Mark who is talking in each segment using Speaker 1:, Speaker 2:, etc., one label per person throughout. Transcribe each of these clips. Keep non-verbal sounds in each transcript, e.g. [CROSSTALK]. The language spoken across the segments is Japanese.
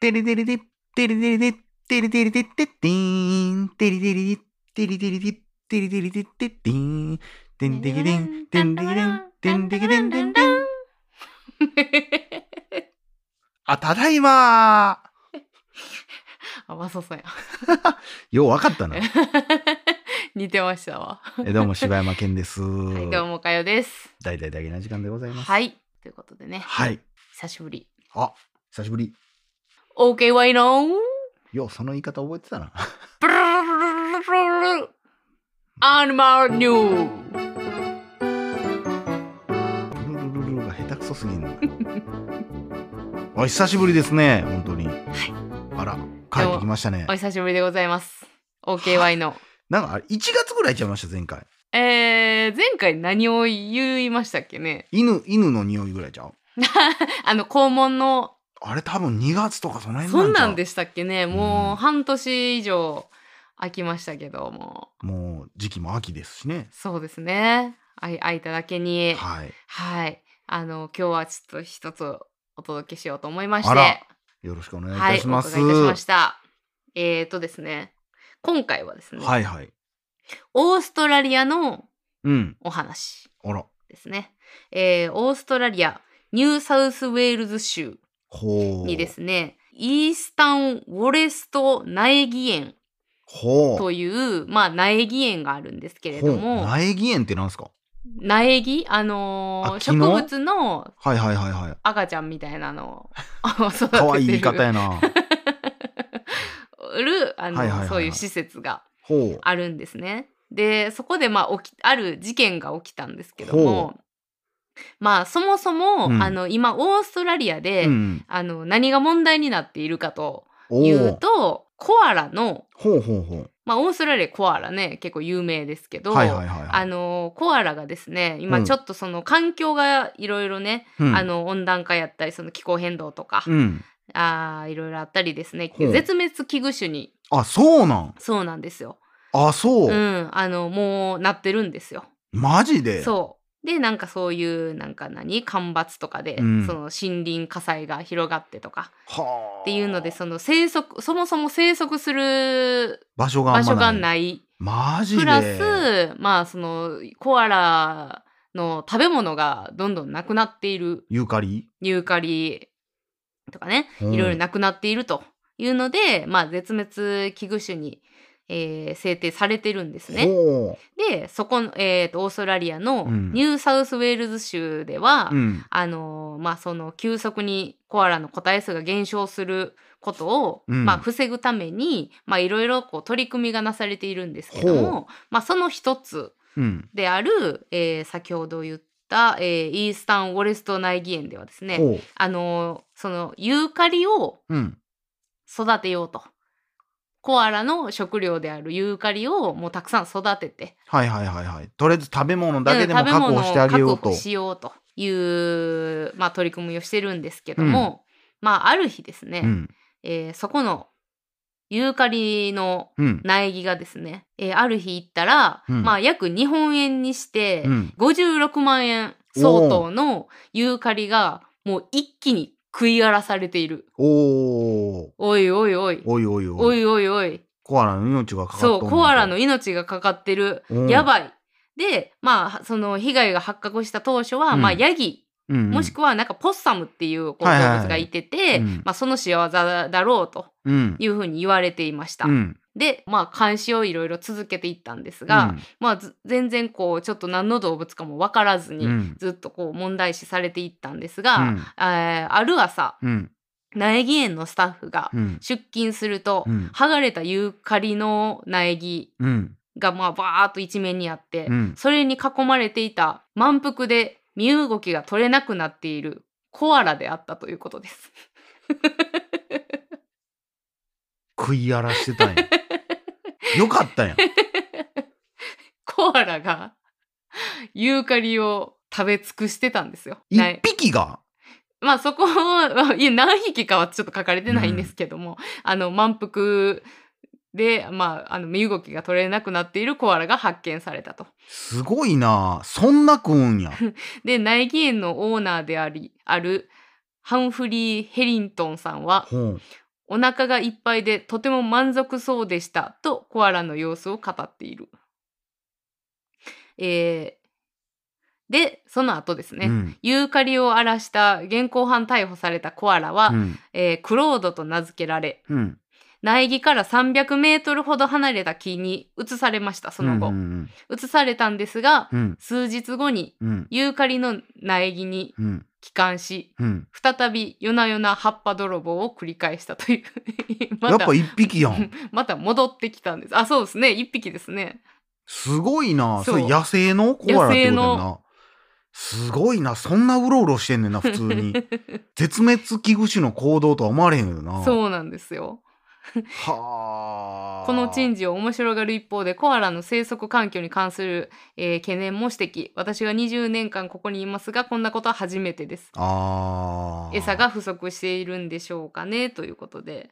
Speaker 1: テリデリディ、テリデリディ、テリデリディテッティーン、テリデリディ、テリデリディ、テリデリディテッティーン、テンデキデン、テンデキデン、テンデキデン、テンデン。あ、ただいまー
Speaker 2: [LAUGHS] あ、まさそうや。 [LAUGHS]
Speaker 1: ようわかったな。
Speaker 2: 似てましたわ。
Speaker 1: えどうも、柴山健です。
Speaker 2: はい、どうも、かよです。
Speaker 1: 大々だけな時間でございます。
Speaker 2: はい。ということでね、
Speaker 1: はい。
Speaker 2: 久しぶり。
Speaker 1: あ、久しぶり。
Speaker 2: OKY の
Speaker 1: よう、その言い方覚えてたな。
Speaker 2: ブルルルルルルルアニマルニュー
Speaker 1: ルルルルルが下手くそすぎんの。お久しぶりですね、本当に。あら、帰ってきましたね
Speaker 2: お。久しぶりでございます。OKY の。
Speaker 1: なんか、1月ぐらいちゃいました、前回。
Speaker 2: えー、前回何を言いましたっけね
Speaker 1: 犬、犬の匂いぐらいちゃう
Speaker 2: あの、肛門の
Speaker 1: あれ多分2月とかその辺なんちゃ
Speaker 2: そ
Speaker 1: うん
Speaker 2: なんでしたっけね
Speaker 1: う
Speaker 2: も
Speaker 1: ん
Speaker 2: う半年以上空きましたけども
Speaker 1: もう時期も秋ですしね。
Speaker 2: そうですねあい空いただけにはい、
Speaker 1: はい。
Speaker 2: あの今日はちょっと一つお届けしようと思いまして
Speaker 1: あらよろしくお願いい
Speaker 2: は
Speaker 1: た
Speaker 2: いお
Speaker 1: しま
Speaker 2: 伺
Speaker 1: す。
Speaker 2: いいたしましたえーとですね今回はですね、
Speaker 1: はいはい。
Speaker 2: オーストラリアの
Speaker 1: うん。
Speaker 2: お話
Speaker 1: あら。
Speaker 2: ですね、えーオーストラリアニューサウスウェールズ州
Speaker 1: ほう。
Speaker 2: にですねイースタンウォレスト苗木園
Speaker 1: ほう。
Speaker 2: という、まあ、苗木園があるんですけれど
Speaker 1: ほう
Speaker 2: も、
Speaker 1: 苗木園ってなんですか
Speaker 2: 苗木あのー
Speaker 1: あ木
Speaker 2: 植
Speaker 1: の
Speaker 2: 物の
Speaker 1: はいはいはいはい。
Speaker 2: 赤ちゃんみたいなの
Speaker 1: [LAUGHS]
Speaker 2: を [LAUGHS] 育ててる
Speaker 1: かわいい言い方や
Speaker 2: [LAUGHS]
Speaker 1: な。
Speaker 2: るあの
Speaker 1: はいはいはいはい
Speaker 2: そういう施設が
Speaker 1: ほう。
Speaker 2: あるんですね。でそこで、まあ、起きある事件が起きたんですけどもまあそもそも、
Speaker 1: うん
Speaker 2: あの今オーストラリアで、
Speaker 1: うん。
Speaker 2: あの何が問題になっているかと
Speaker 1: お
Speaker 2: い
Speaker 1: お
Speaker 2: う。とコアラの、
Speaker 1: ほうほうほ
Speaker 2: まあ、オーストラリアコアラね結構有名ですけ
Speaker 1: う。
Speaker 2: ど、
Speaker 1: はいはいはいは
Speaker 2: あ
Speaker 1: い。
Speaker 2: のコアラがですね
Speaker 1: う
Speaker 2: 今
Speaker 1: ん
Speaker 2: ちょっとその環境がいろいろね、
Speaker 1: うん
Speaker 2: あ、の温暖化やったりその気候変動とか、
Speaker 1: うん。
Speaker 2: あーいろいろあったりですね
Speaker 1: ほう
Speaker 2: 絶滅危惧種に
Speaker 1: あ、そうなん。
Speaker 2: そうなんですよ、
Speaker 1: あ、そうう。
Speaker 2: ん、あのもうなってるんですよ。
Speaker 1: マジで。
Speaker 2: そうでなんかそういうなんか何干ばつとかで、
Speaker 1: うん
Speaker 2: その森林火災が広がってとか
Speaker 1: はあ。
Speaker 2: っていうのでその生息そもそも生息する
Speaker 1: 場所があ
Speaker 2: 場
Speaker 1: んま
Speaker 2: 所
Speaker 1: な
Speaker 2: が
Speaker 1: い。
Speaker 2: ない
Speaker 1: マジで。
Speaker 2: プラスまあそのコアラの食べ物がどんどんなくなっている
Speaker 1: ユーカリ
Speaker 2: ユーカリとかね
Speaker 1: い
Speaker 2: いろいろなくなっているというので、まあ絶滅危惧種に、えー制定されてるんですね。
Speaker 1: ほ
Speaker 2: でそこの、えーとオーストラリアの
Speaker 1: うん
Speaker 2: ニューサウスウェールズ州では、
Speaker 1: う。うん。
Speaker 2: あのーまあその急速にコアラの個体数が減少することを、
Speaker 1: うん
Speaker 2: まあ、防ぐためにまあいろいろこう取り組みがなされているんですけど
Speaker 1: ほ
Speaker 2: も、まあ、その一つ
Speaker 1: うん。
Speaker 2: である、えー先ほど言った、えーイースタン・ウォレスト苗木園ではですね
Speaker 1: ほう。
Speaker 2: あのーそのユーカリを
Speaker 1: うん。
Speaker 2: 育てようと。コアラの食料であるユーカリをもうたくさん育てて
Speaker 1: はいはいはいはい。とりあえず食べ物だけで
Speaker 2: う
Speaker 1: も
Speaker 2: ん
Speaker 1: 確保してあげよう
Speaker 2: 確
Speaker 1: と。
Speaker 2: 保しようという、まあ、取り組みをしてるんですけども、まあある日ですね、
Speaker 1: うん。
Speaker 2: えーそこのユーカリの
Speaker 1: うん。
Speaker 2: 苗木がですね、えーある日行ったら、
Speaker 1: うん
Speaker 2: まあ約日本円にして、
Speaker 1: うん。
Speaker 2: 56万円相当のユーカリがもう一気に食い荒らされている。
Speaker 1: おお。
Speaker 2: おいおいおい。
Speaker 1: おいおい
Speaker 2: お
Speaker 1: おい。
Speaker 2: いおいおい。
Speaker 1: コアラの命がかかっと
Speaker 2: そ
Speaker 1: ん
Speaker 2: う、
Speaker 1: ねん
Speaker 2: コアラの。命がかかってる。
Speaker 1: うん
Speaker 2: やばい。で、まあ、その被害が発覚した当初は、
Speaker 1: うん
Speaker 2: まあ、ヤギ、
Speaker 1: うん
Speaker 2: もし
Speaker 1: く
Speaker 2: くはなんかポッサムっていうこう動
Speaker 1: はいはいはい
Speaker 2: 物がいてて、
Speaker 1: うん
Speaker 2: まあ、その仕業だろうと
Speaker 1: うん。
Speaker 2: いうふうに言われていました。
Speaker 1: うん。
Speaker 2: で、まあ、監視をいろいろ続けていったんですが、
Speaker 1: うん、
Speaker 2: まあ、ず全然こう、ちょっと何の動物かもわからずに、
Speaker 1: うん
Speaker 2: ずっとこう問題視されていったんですが、えーある朝
Speaker 1: うん。
Speaker 2: 苗木園のスタッフが
Speaker 1: うん。
Speaker 2: 出勤すると、
Speaker 1: うん
Speaker 2: 剥がれたユーカリの苗木
Speaker 1: うん。
Speaker 2: がまあバーっと一面にあって、
Speaker 1: うん。
Speaker 2: それに囲まれていた満腹で身動きが取れなくなっているコアラであったということです。 [LAUGHS]
Speaker 1: 食い荒らしてたん
Speaker 2: [LAUGHS]
Speaker 1: や。よかったやん。
Speaker 2: コアラがユーカリを食べ尽くしてたんですよ。ない
Speaker 1: 一匹が。
Speaker 2: まあそこは、 [LAUGHS] いや何匹かはちょっと書かれてないんですけども、あの満腹で、まあ、あの身動きが取れなくなっているコアラが発見されたと。
Speaker 1: すごいなそんな食うん
Speaker 2: [LAUGHS]
Speaker 1: や。
Speaker 2: で苗木園のオーナーでありあるハンフリー・ヘリントンさんは
Speaker 1: ほう。
Speaker 2: お腹がいっぱいでとても満足そうでしたとコアラの様子を語っている。えーでその後ですね、
Speaker 1: うん
Speaker 2: ユーカリを荒らした現行犯逮捕されたコアラは、
Speaker 1: うん
Speaker 2: えークロードと名付けられ
Speaker 1: うん
Speaker 2: 苗木から300メートルほど離れた木に移されましたその後、
Speaker 1: うんうん
Speaker 2: 移されたんですが
Speaker 1: うん
Speaker 2: 数日後に
Speaker 1: うん
Speaker 2: ユーカリの苗木に
Speaker 1: うん
Speaker 2: 帰還し
Speaker 1: うん
Speaker 2: 再び夜な夜な葉っぱ泥棒を繰り返したという [LAUGHS] ま
Speaker 1: やったぱ一匹や
Speaker 2: [LAUGHS]
Speaker 1: ん
Speaker 2: また戻ってきたんですあそうですね一匹ですね
Speaker 1: すごいな
Speaker 2: そう
Speaker 1: それ野生のコアラってことやん
Speaker 2: 野生
Speaker 1: なすごいなそんなうろうろしてんねんな普通
Speaker 2: [LAUGHS]
Speaker 1: に絶滅危惧種の行動とは思われへんよな
Speaker 2: そうなんですよ
Speaker 1: はあ
Speaker 2: この珍事を面白がる一方でコアラの生息環境に関する、えー懸念も指摘私は20年間ここにいますがこんなことは初めてです
Speaker 1: あー
Speaker 2: 餌が不足しているんでしょうかねということで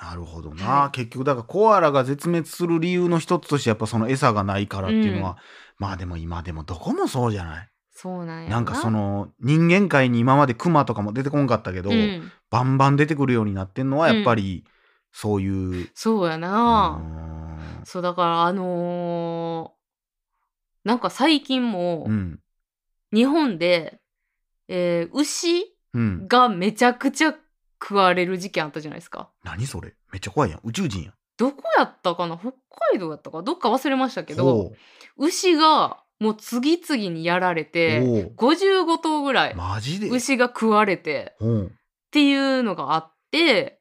Speaker 1: なるほどな、
Speaker 2: はい
Speaker 1: 結局だからコアラが絶滅する理由の一つとしてやっぱその餌がないからっていうのは、
Speaker 2: うん
Speaker 1: まあでも今でもどこもそうじゃない
Speaker 2: そうなんや
Speaker 1: なんかその人間界に今までクマとかも出てこんかったけど、
Speaker 2: うん
Speaker 1: バンバン出てくるようになってんのはやっぱりそういう、うん、
Speaker 2: そうやな、そうだからあのーなんか最近も
Speaker 1: うん
Speaker 2: 日本で、えー牛
Speaker 1: うん
Speaker 2: がめちゃくちゃ食われる事件あったじゃないですか。
Speaker 1: 何それめっちゃ怖いやん宇宙人やん
Speaker 2: どこやったかな北海道やったかどっか忘れましたけど
Speaker 1: ほう
Speaker 2: 牛がもう次々にやられて
Speaker 1: ほう
Speaker 2: 55頭ぐらい
Speaker 1: マジで
Speaker 2: 牛が食われて
Speaker 1: ほう
Speaker 2: っていうのがあって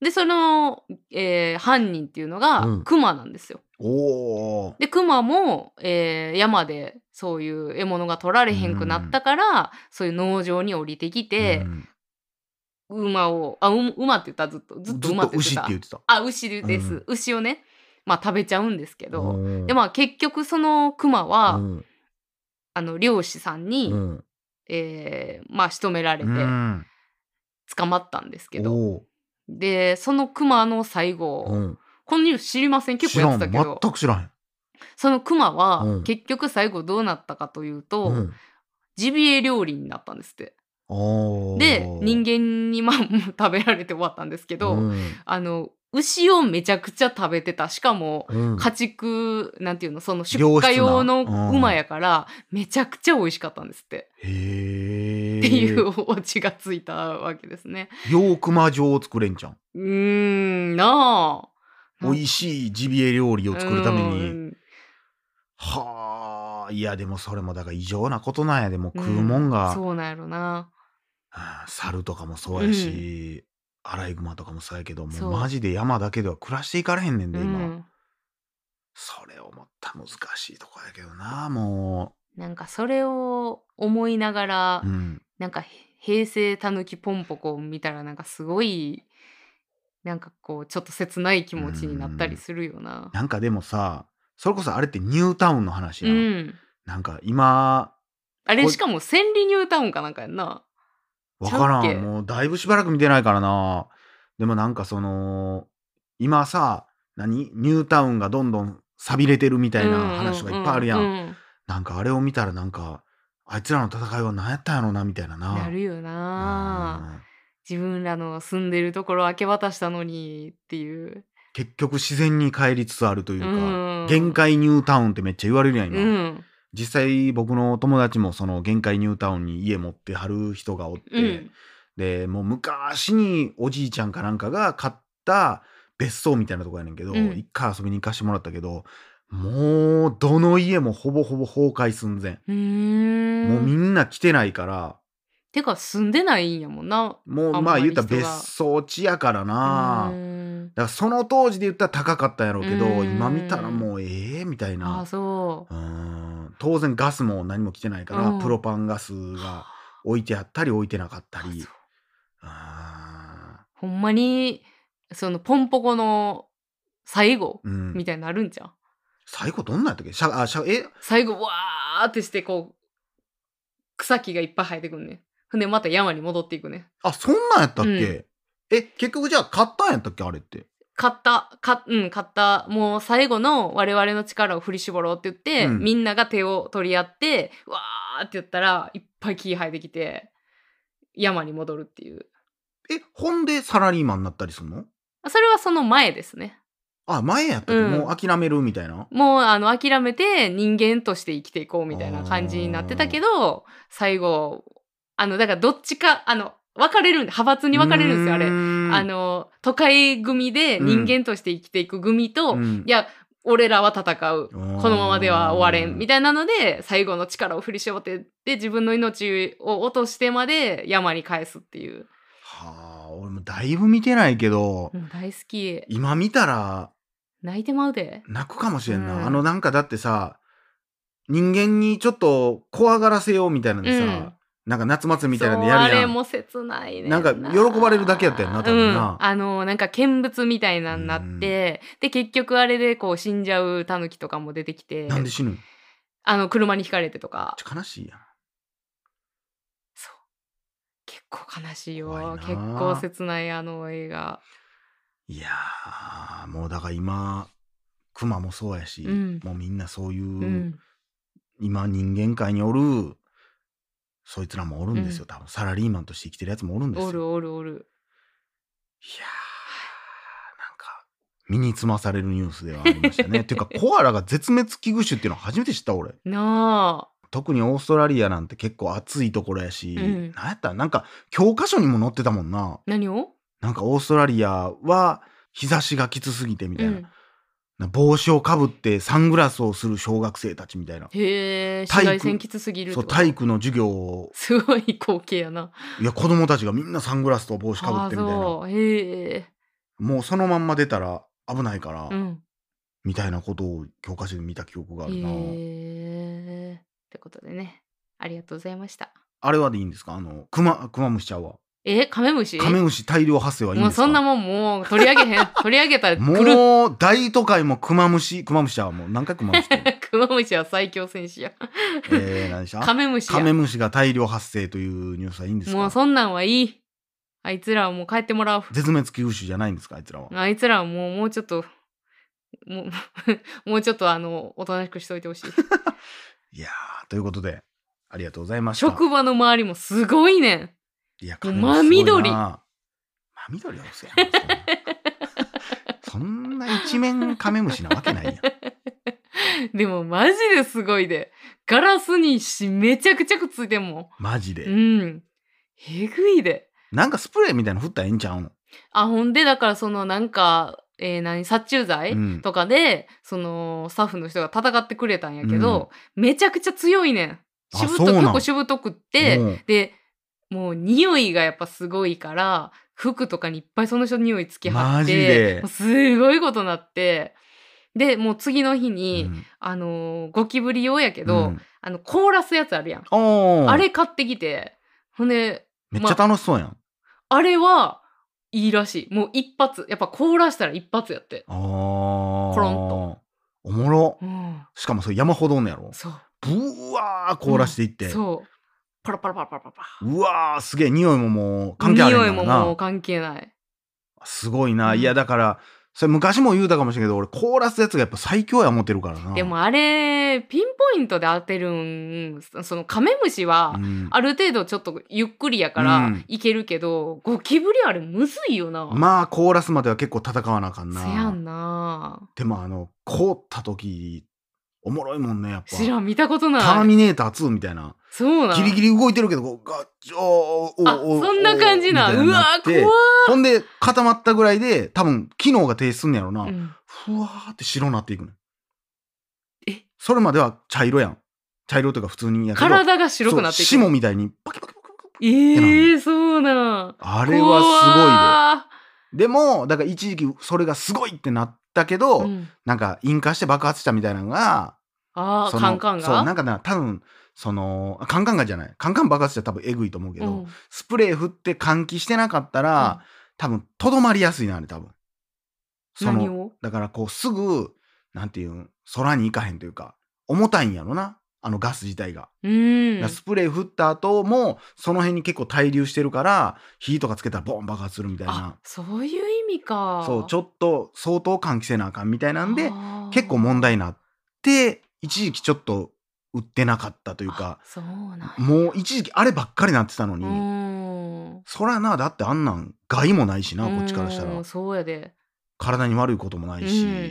Speaker 2: でその、えー犯人っていうのが
Speaker 1: うん
Speaker 2: クマなんですよ。
Speaker 1: おー
Speaker 2: でクマも、えー山でそういう獲物が取られへんくなったから、そういう農場に降りてき
Speaker 1: う
Speaker 2: て、
Speaker 1: ん
Speaker 2: 馬をあう馬って言ったらずっとずっと
Speaker 1: ずっ
Speaker 2: 馬っ
Speaker 1: と
Speaker 2: て言っ
Speaker 1: 牛って
Speaker 2: てた
Speaker 1: 言ってた
Speaker 2: あ牛です、
Speaker 1: うん
Speaker 2: 牛をねまあ食べちゃうんですけど、
Speaker 1: うん
Speaker 2: でまあ結局そのクマは、
Speaker 1: うん
Speaker 2: あの漁師さんに、
Speaker 1: うん
Speaker 2: えーまあ仕留められて
Speaker 1: うん
Speaker 2: 捕まったんですけど、
Speaker 1: おー
Speaker 2: でそのクマの最後、
Speaker 1: うん
Speaker 2: このニュース知りません結
Speaker 1: 知
Speaker 2: 構や
Speaker 1: ら
Speaker 2: っ
Speaker 1: ん
Speaker 2: てたけど
Speaker 1: 全く知らん
Speaker 2: そのクマは、
Speaker 1: うん
Speaker 2: 結局最後どうなったかというと、
Speaker 1: うん
Speaker 2: ジビエ料理になったんですって。
Speaker 1: おー
Speaker 2: で人間にまあ [LAUGHS] 食べられて終わったんですけど、
Speaker 1: うん
Speaker 2: あの牛をめちゃくちゃ食べてたしかも
Speaker 1: うん
Speaker 2: 家畜なんていうのその出
Speaker 1: 良質な
Speaker 2: 荷用の
Speaker 1: うん
Speaker 2: 馬やからめちゃくちゃ美味しかったんですって、
Speaker 1: へえ
Speaker 2: っていうオチがついたわけですね。
Speaker 1: ようくま状を作れんじゃん
Speaker 2: うーんなあ
Speaker 1: 美味しいジビエ料理を作るためにはあいやでもそれもだから異常なことなんやでも食うもんが、
Speaker 2: そうなんやろな。
Speaker 1: はあ猿とかもそうやし、アライグマとかもそうやけども
Speaker 2: そう
Speaker 1: うマジで山だけでは暮らしていかれへんねん
Speaker 2: う
Speaker 1: で今、
Speaker 2: ん、
Speaker 1: それ思った難しいとこやけどなも
Speaker 2: なんかそれを思いながら、
Speaker 1: う、うん、
Speaker 2: なんかへ平成たぬきポンポコを見たらなんかすごいなんかこうちょっと切ない気持ちになったりするよな。
Speaker 1: なんかでもさそれこそあれってニュータウンの話
Speaker 2: う
Speaker 1: やん、
Speaker 2: ん、
Speaker 1: なんか今
Speaker 2: あ
Speaker 1: こ
Speaker 2: れ
Speaker 1: い
Speaker 2: しかも千里ニュータウンかなんかやんな。
Speaker 1: わから
Speaker 2: ちゃうっけ
Speaker 1: ん。もうだいぶしばらく見てないからな。でもなんかその、今さ、何ニュータウンがどんどん錆びれてるみたいな話がいっぱいあるやん。
Speaker 2: うう
Speaker 1: なんかあれを見たらなんか、あいつらの戦いは何やったんやろな、みたいなな。
Speaker 2: なるよ
Speaker 1: うん
Speaker 2: な。自分らの住んでるところ明け渡したのにっていう。
Speaker 1: 結局自然に帰りつつあるというか、
Speaker 2: うん
Speaker 1: 限界ニュータウンってめっちゃ言われるやん、
Speaker 2: う
Speaker 1: 今。
Speaker 2: ん。
Speaker 1: 実際僕の友達もその限界ニュータウンに家持ってはる人がおって、
Speaker 2: うん。
Speaker 1: でもう昔におじいちゃんかなんかが買った別荘みたいなとこやねんけど、
Speaker 2: うん
Speaker 1: 一回遊びに行かしてもらったけどもうどの家もほぼほぼ崩壊寸前、
Speaker 2: うーん
Speaker 1: もうみんな来てないから
Speaker 2: てか住んでないんやもんな。
Speaker 1: も
Speaker 2: あ
Speaker 1: うんま
Speaker 2: ま
Speaker 1: あ言
Speaker 2: り
Speaker 1: っ
Speaker 2: 人
Speaker 1: た
Speaker 2: が
Speaker 1: ら別荘地やからな、
Speaker 2: う
Speaker 1: だ
Speaker 2: ーん
Speaker 1: からその当時で言ったら高かったんやろうけど、
Speaker 2: うん
Speaker 1: 今見たらもうええみたい
Speaker 2: あ
Speaker 1: な
Speaker 2: あそうう。
Speaker 1: ん当然ガスも何も来てないから、
Speaker 2: うん
Speaker 1: プロパンガスが置いてあったり置いてなかった
Speaker 2: あ
Speaker 1: り
Speaker 2: そう
Speaker 1: あ
Speaker 2: ほんまにそのポンポコの最後
Speaker 1: ーうん
Speaker 2: みたいになるんじゃん
Speaker 1: 最後どんなんやったっけしゃあしゃえ
Speaker 2: 最後わーってしてこう草木がいっぱい生えてくんねほんでまた山に戻っていくね
Speaker 1: あそんなんやったっけ、
Speaker 2: うん
Speaker 1: え結局じゃあ買ったんやったっけあれって
Speaker 2: 買ったかうん買ったもう最後の我々の力を振り絞ろうって言って、
Speaker 1: うん
Speaker 2: みんなが手を取り合ってわーって言ったらいっぱい木生えてきて山に戻るっていう
Speaker 1: え、ほんでサラリーマンになったりするの
Speaker 2: それはその前ですね。
Speaker 1: あ、前やったけど、
Speaker 2: うん
Speaker 1: もう諦めるみたいな。
Speaker 2: もうあの諦めて人間として生きていこうみたいな感じになってたけど、最後、あの、だからどっちか、あの、分かれるんで、派閥に分かれるんですよ、あれ。あ
Speaker 1: あ、
Speaker 2: の、都会組で人間として生きていく組と、
Speaker 1: うん
Speaker 2: いや、俺らは戦う。このままでは終われんみ
Speaker 1: たい
Speaker 2: たいなので最後の力を振り絞ってで自分の命を落としてまで山に返すっていう
Speaker 1: な。はあ、俺もだいぶ見てないけど、
Speaker 2: もう大好き
Speaker 1: 今見たら
Speaker 2: 泣いてまうで
Speaker 1: 泣くかもしれんな、
Speaker 2: うん
Speaker 1: あのなんかだってさ人間にちょっと怖がらせようみたいなんでさ、
Speaker 2: うん
Speaker 1: なんか夏祭りみたいなの
Speaker 2: そう
Speaker 1: や
Speaker 2: あ
Speaker 1: る
Speaker 2: れ
Speaker 1: やん
Speaker 2: も切ないね
Speaker 1: なんか喜ばれるだけやったよな多分な
Speaker 2: うんあのなんか見物みたいなんなって、で結局あれでこう死んじゃうタヌキとかも出てきて
Speaker 1: なんで死ぬんめっ
Speaker 2: あの車にひかれてとか
Speaker 1: ちゃ悲しいやん
Speaker 2: そう結構悲しい
Speaker 1: 怖
Speaker 2: よ
Speaker 1: いな
Speaker 2: 結構切ないあの映画
Speaker 1: いやーもうだから今クマもそうやし、
Speaker 2: うん
Speaker 1: もうみんなそういう、
Speaker 2: うん
Speaker 1: 今人間界におるそいつらもおるんですよ、
Speaker 2: う
Speaker 1: 多分サラリーマンとして生きてるやつもおるんですよ
Speaker 2: お
Speaker 1: いやー
Speaker 2: るおるおる
Speaker 1: なんか身につまされるニュースではありま
Speaker 2: [LAUGHS]
Speaker 1: したねっていうかコアラが絶滅危惧種っていうの初めて知った俺
Speaker 2: なあ
Speaker 1: 特にオーストラリアなんて結構暑いところやし、
Speaker 2: うん
Speaker 1: なんやったらなんか教科書にも載ってたもんな
Speaker 2: 何を
Speaker 1: なんかオーストラリアは日差しがきつすぎてみたいな、
Speaker 2: うん
Speaker 1: な帽子をかぶってサングラスをする小学生たちみたいな
Speaker 2: へえ
Speaker 1: 体
Speaker 2: 紫
Speaker 1: 育
Speaker 2: 外線きつすぎるって
Speaker 1: そう
Speaker 2: こと
Speaker 1: 体育の授業を
Speaker 2: すごい光景やな。
Speaker 1: いや子供たちがみんなサングラスと帽子かぶってみたいな
Speaker 2: ああそうへえ。
Speaker 1: もうそのまんま出たら危ないから、
Speaker 2: うん。
Speaker 1: みたいなことを教科書で見た記憶があ
Speaker 2: へ
Speaker 1: るな、
Speaker 2: え。ってことでね、ありがとうございました。
Speaker 1: あれはでいいんですかあのクマクマムシちゃうわ
Speaker 2: え、カメムシ
Speaker 1: カメムシ大量発生はいいん
Speaker 2: も
Speaker 1: で
Speaker 2: う
Speaker 1: すか
Speaker 2: そんなもんもう取り上げへ
Speaker 1: [LAUGHS]
Speaker 2: ん。取り上げたらくる。
Speaker 1: もう大都会もクマムシクマムシちゃうわもう何回クマムシって言うの
Speaker 2: [LAUGHS] クマムシは最強戦士
Speaker 1: [LAUGHS]
Speaker 2: や。
Speaker 1: えー、何でした
Speaker 2: カメムシ
Speaker 1: カ
Speaker 2: や。
Speaker 1: メムシが大量発生というニュースはいいんですか
Speaker 2: もうそんなんはいい。あいつらはもう帰ってもらおう。
Speaker 1: 絶滅危惧種じゃないんですかあいつらは。
Speaker 2: あいつらはもうもうちょっと。もう [LAUGHS] もうちょっとあのおとなしくしといてほしい
Speaker 1: いやーということでありがとうございました。
Speaker 2: 職場の周りもすごいねん
Speaker 1: いや
Speaker 2: も
Speaker 1: カ
Speaker 2: う
Speaker 1: メムシすごい
Speaker 2: 真緑
Speaker 1: な真緑は嘘やなそんなそんな一面カメムシなわけないやん。 [LAUGHS]
Speaker 2: でもマジですごいで。ガラスにしめちゃくちゃくっついてんも
Speaker 1: マジ
Speaker 2: ん。う
Speaker 1: で。
Speaker 2: ん。えぐいで。
Speaker 1: なんかスプレーみたいなの振ったらええんちゃうの
Speaker 2: あ、ほんでだからそのなんか、えー何、殺虫剤、
Speaker 1: うん
Speaker 2: とかで、そのスタッフの人が戦ってくれたんやけど、めちゃくちゃ強いねん。
Speaker 1: あ
Speaker 2: しぶ
Speaker 1: そ
Speaker 2: と
Speaker 1: うなん
Speaker 2: 結構しぶとくって、
Speaker 1: もう
Speaker 2: で、もう匂いがやっぱすごいから、服とかにいっぱいその人の匂いつきは
Speaker 1: マ
Speaker 2: っ
Speaker 1: ジ
Speaker 2: て
Speaker 1: で、
Speaker 2: もうすごいことになって、で、もう次の日
Speaker 1: う
Speaker 2: に、
Speaker 1: ん
Speaker 2: あのーゴキブリ用やけど、
Speaker 1: うん
Speaker 2: あの凍らすやつあるやん、
Speaker 1: おー
Speaker 2: あれ買ってきてほんで
Speaker 1: めっちゃ楽しそうやん。
Speaker 2: あれはいいらしいもう一発やっぱ凍らしたら一発やって
Speaker 1: あー
Speaker 2: コロンと
Speaker 1: おもろ
Speaker 2: うん
Speaker 1: しかもそれ山ほどおんのやろ
Speaker 2: そう
Speaker 1: ブワー凍らしていって、
Speaker 2: そうパラパラパラパラパラパ
Speaker 1: うわーすげえ匂いももう関係
Speaker 2: ラ
Speaker 1: ある
Speaker 2: 匂い
Speaker 1: ん
Speaker 2: も
Speaker 1: だ
Speaker 2: もう
Speaker 1: な
Speaker 2: 関係ない
Speaker 1: すごいな、
Speaker 2: うん
Speaker 1: いやだからそれ昔も言うたかもしれんけど俺凍らすやつがやっぱ最強や思ってるからな
Speaker 2: で、もあれピンポイントで当てるんそのカメムシは、
Speaker 1: うん
Speaker 2: ある程度ちょっとゆっくりやか
Speaker 1: う
Speaker 2: ら
Speaker 1: ん
Speaker 2: いけるけど、ゴキブリあれむずいよな。
Speaker 1: まあ凍らすまでは結構戦わなあかん
Speaker 2: せ
Speaker 1: な
Speaker 2: やんな。
Speaker 1: でもあの凍った時おもろいもんねやっぱ
Speaker 2: 知らん見たことない。
Speaker 1: ターミネーター2みたいな
Speaker 2: そうなん
Speaker 1: ギリギリ動いてるけどこうガッチョーおー
Speaker 2: あ
Speaker 1: おー
Speaker 2: そんな感じな
Speaker 1: みたい
Speaker 2: うんわ
Speaker 1: っ
Speaker 2: 怖
Speaker 1: て
Speaker 2: い、
Speaker 1: [LAUGHS] ほんで固まったぐらいで多分機能が停止すんねやろな、
Speaker 2: うん
Speaker 1: ふわーって白なっていくの
Speaker 2: え
Speaker 1: それまでは茶色やん茶色というか普通にやけど
Speaker 2: 体が白くなっていく
Speaker 1: そう霜みたいにパキパキパキパキ
Speaker 2: ええそうなん
Speaker 1: あ
Speaker 2: あ
Speaker 1: れはす
Speaker 2: は
Speaker 1: ごいででもだから一時期それがすごいってなったけど、
Speaker 2: うん、
Speaker 1: なんか引火して爆発したみたいなのが
Speaker 2: ああ
Speaker 1: その
Speaker 2: カンカンが
Speaker 1: そうなんかな多分そのあカンカンがじゃないカンカン爆発したら多分えぐいと思うけど、
Speaker 2: うん
Speaker 1: スプレー振って換気してなかったら、多分とどまりやすいなあれ多分そ
Speaker 2: 何
Speaker 1: の
Speaker 2: を
Speaker 1: だからこうすぐなんていうん空に行かへんというか重たいんやろなあのガス自体が
Speaker 2: うん
Speaker 1: だからスプレー振った後もその辺に結構滞留してるから火とかつけたらボン爆発するみたい
Speaker 2: あ
Speaker 1: な
Speaker 2: そういう意味か
Speaker 1: そうちょっと相当換気せなあかんみたいなんで
Speaker 2: あー
Speaker 1: 結構問題になって一時期ちょっと売ってなかったというか
Speaker 2: あそうなんや
Speaker 1: もう一時期あればっかりなってたの
Speaker 2: う
Speaker 1: に、
Speaker 2: ーん
Speaker 1: そらなだってあんなん害もないしなこっちからした
Speaker 2: うー
Speaker 1: ら
Speaker 2: んそうやで
Speaker 1: 体に悪いこともないし、
Speaker 2: う
Speaker 1: うん
Speaker 2: ん、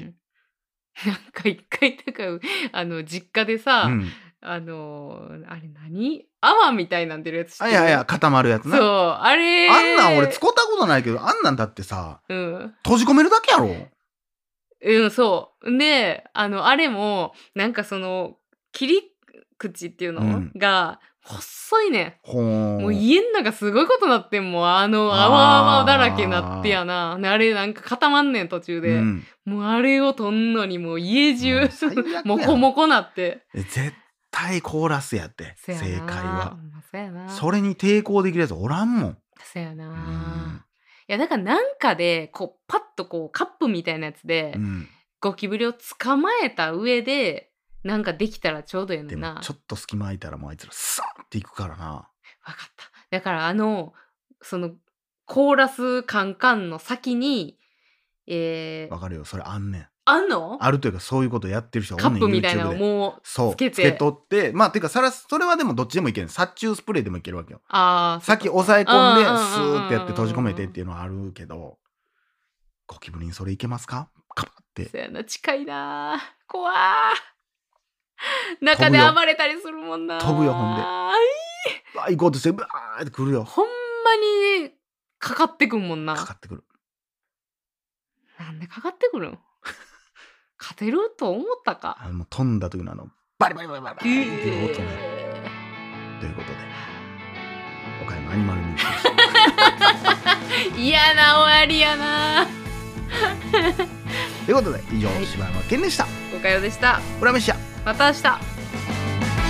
Speaker 2: [LAUGHS] なんか一回だからあの実家でさ、あのあれ何泡みたいなん出るやつ知って
Speaker 1: あ
Speaker 2: る
Speaker 1: いやいや固まるやつ
Speaker 2: そ
Speaker 1: な
Speaker 2: う
Speaker 1: あ
Speaker 2: あれ
Speaker 1: んなん俺使ったことないけどあんなんだってさ
Speaker 2: うん
Speaker 1: 閉じ込めるだけやろ
Speaker 2: うんそうであのあれもなんかその切り口っていうの、
Speaker 1: うん
Speaker 2: が細いね
Speaker 1: ほーん
Speaker 2: もう家ん中すごいことなってんもうあの
Speaker 1: あー
Speaker 2: 泡泡だらけなってやなであれなんか固まんねん途中で、
Speaker 1: うん
Speaker 2: もうあれを取んのにもう家
Speaker 1: も
Speaker 2: 中
Speaker 1: う最悪
Speaker 2: [LAUGHS]
Speaker 1: やん
Speaker 2: もこもこなって
Speaker 1: え絶対コーラスやって
Speaker 2: そ
Speaker 1: 正
Speaker 2: やな
Speaker 1: 解は
Speaker 2: ほんまそやな
Speaker 1: それに抵抗できるやつおらんもん
Speaker 2: そやな、
Speaker 1: うん
Speaker 2: いやだからなんかでこうパッとこうカップみたいなやつで、
Speaker 1: うん
Speaker 2: ゴキブリを捕まえた上でなんかできたらちょうどええ
Speaker 1: で
Speaker 2: のな
Speaker 1: もちょっと隙間空いたらもうあいつらサーっていくからな
Speaker 2: 分かっただからあのそのコーラスカンカンの先にえー
Speaker 1: わかるよそれあんねん
Speaker 2: あんの
Speaker 1: あるというかそういうことやってる人が
Speaker 2: カ
Speaker 1: おんね
Speaker 2: ッ
Speaker 1: ん
Speaker 2: プみたいな
Speaker 1: YouTube
Speaker 2: の
Speaker 1: で
Speaker 2: もう
Speaker 1: そう
Speaker 2: つけて
Speaker 1: 取ってまあていうかさらそれはでもどっちでもいける殺虫スプレーでもいけるわけよ
Speaker 2: ああ
Speaker 1: さっき押さえ込んで
Speaker 2: うんうんうん
Speaker 1: スーってやって閉じ込めてっていうのはあるけどゴキブリにそれいけますかカパって
Speaker 2: そやな近いな怖ー中で暴れたりするもんな
Speaker 1: 飛ぶよほんで
Speaker 2: あ
Speaker 1: あ行こうとしてブワーってくる
Speaker 2: ー
Speaker 1: よ
Speaker 2: ほんまにかかってくんもんな
Speaker 1: かかってくる
Speaker 2: なんでかかってくるん勝てると思ったか
Speaker 1: あのもう飛んだ時のあのバリバリバリバリっていう音ね
Speaker 2: え
Speaker 1: ということで岡山アニマルミュージック
Speaker 2: ー嫌な終わりやな
Speaker 1: ということで以上
Speaker 2: はい
Speaker 1: 柴山健でした
Speaker 2: おかよでした
Speaker 1: 裏飯屋
Speaker 2: また明 [LAUGHS] 日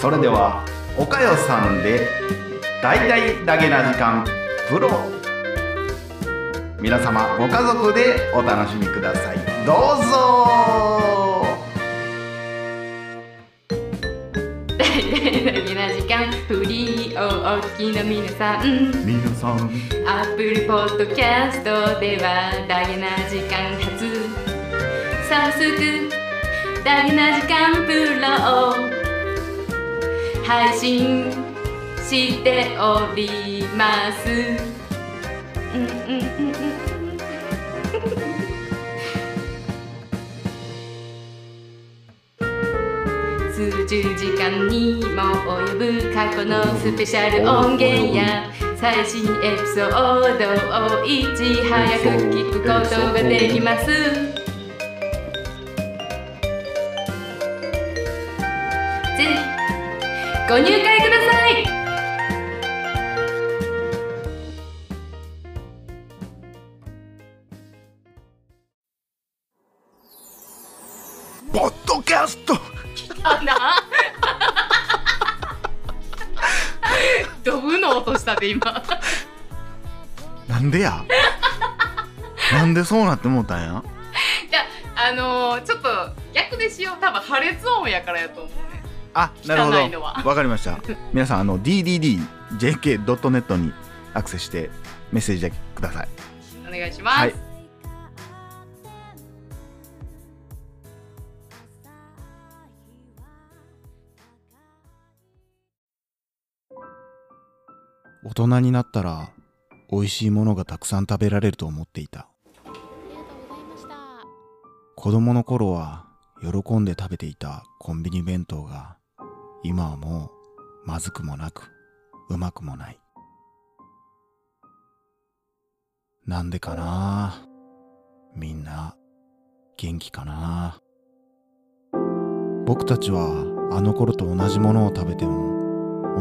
Speaker 1: それでは岡よさんで大々だけな時間プロ皆様ご家族でお楽しみくださいどうぞ
Speaker 2: 大変な時間フリーをお聞きの皆さん
Speaker 1: 皆さん
Speaker 2: アップルポッドキャストではダゲな時間発早速ダゲな時間プロを配信しておりますうんうんうんうん数十時間にも及ぶ過去のスペシャル音源や最新エピソードをいち早く聞くことができますぜひご入会ください
Speaker 1: ポッドキャスト
Speaker 2: あなドブの音したで今
Speaker 1: なんで [LAUGHS] やなんでそうなってもうたんや
Speaker 2: いやあのーちょっと逆でしよう多分破裂音やからやと思うね
Speaker 1: あなるほ
Speaker 2: 汚いの
Speaker 1: ど
Speaker 2: は
Speaker 1: わかりました
Speaker 2: [LAUGHS]
Speaker 1: 皆さんあの DDDJK.net にアクセスしてメッセージだけください
Speaker 2: お願いします、
Speaker 1: はい大人になったら美味しいものがたくさん食べられると思っていた
Speaker 3: ありがとうございました。
Speaker 1: 子供の頃は喜んで食べていたコンビニ弁当が今はもうまずくもなくうまくもないなんでかなみんな元気かな僕たちはあの頃と同じものを食べても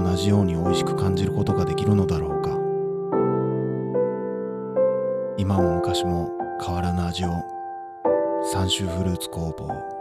Speaker 1: 同じように美味しく感じることができるのだろうか今も昔も変わらぬ味を三州フルーツ工房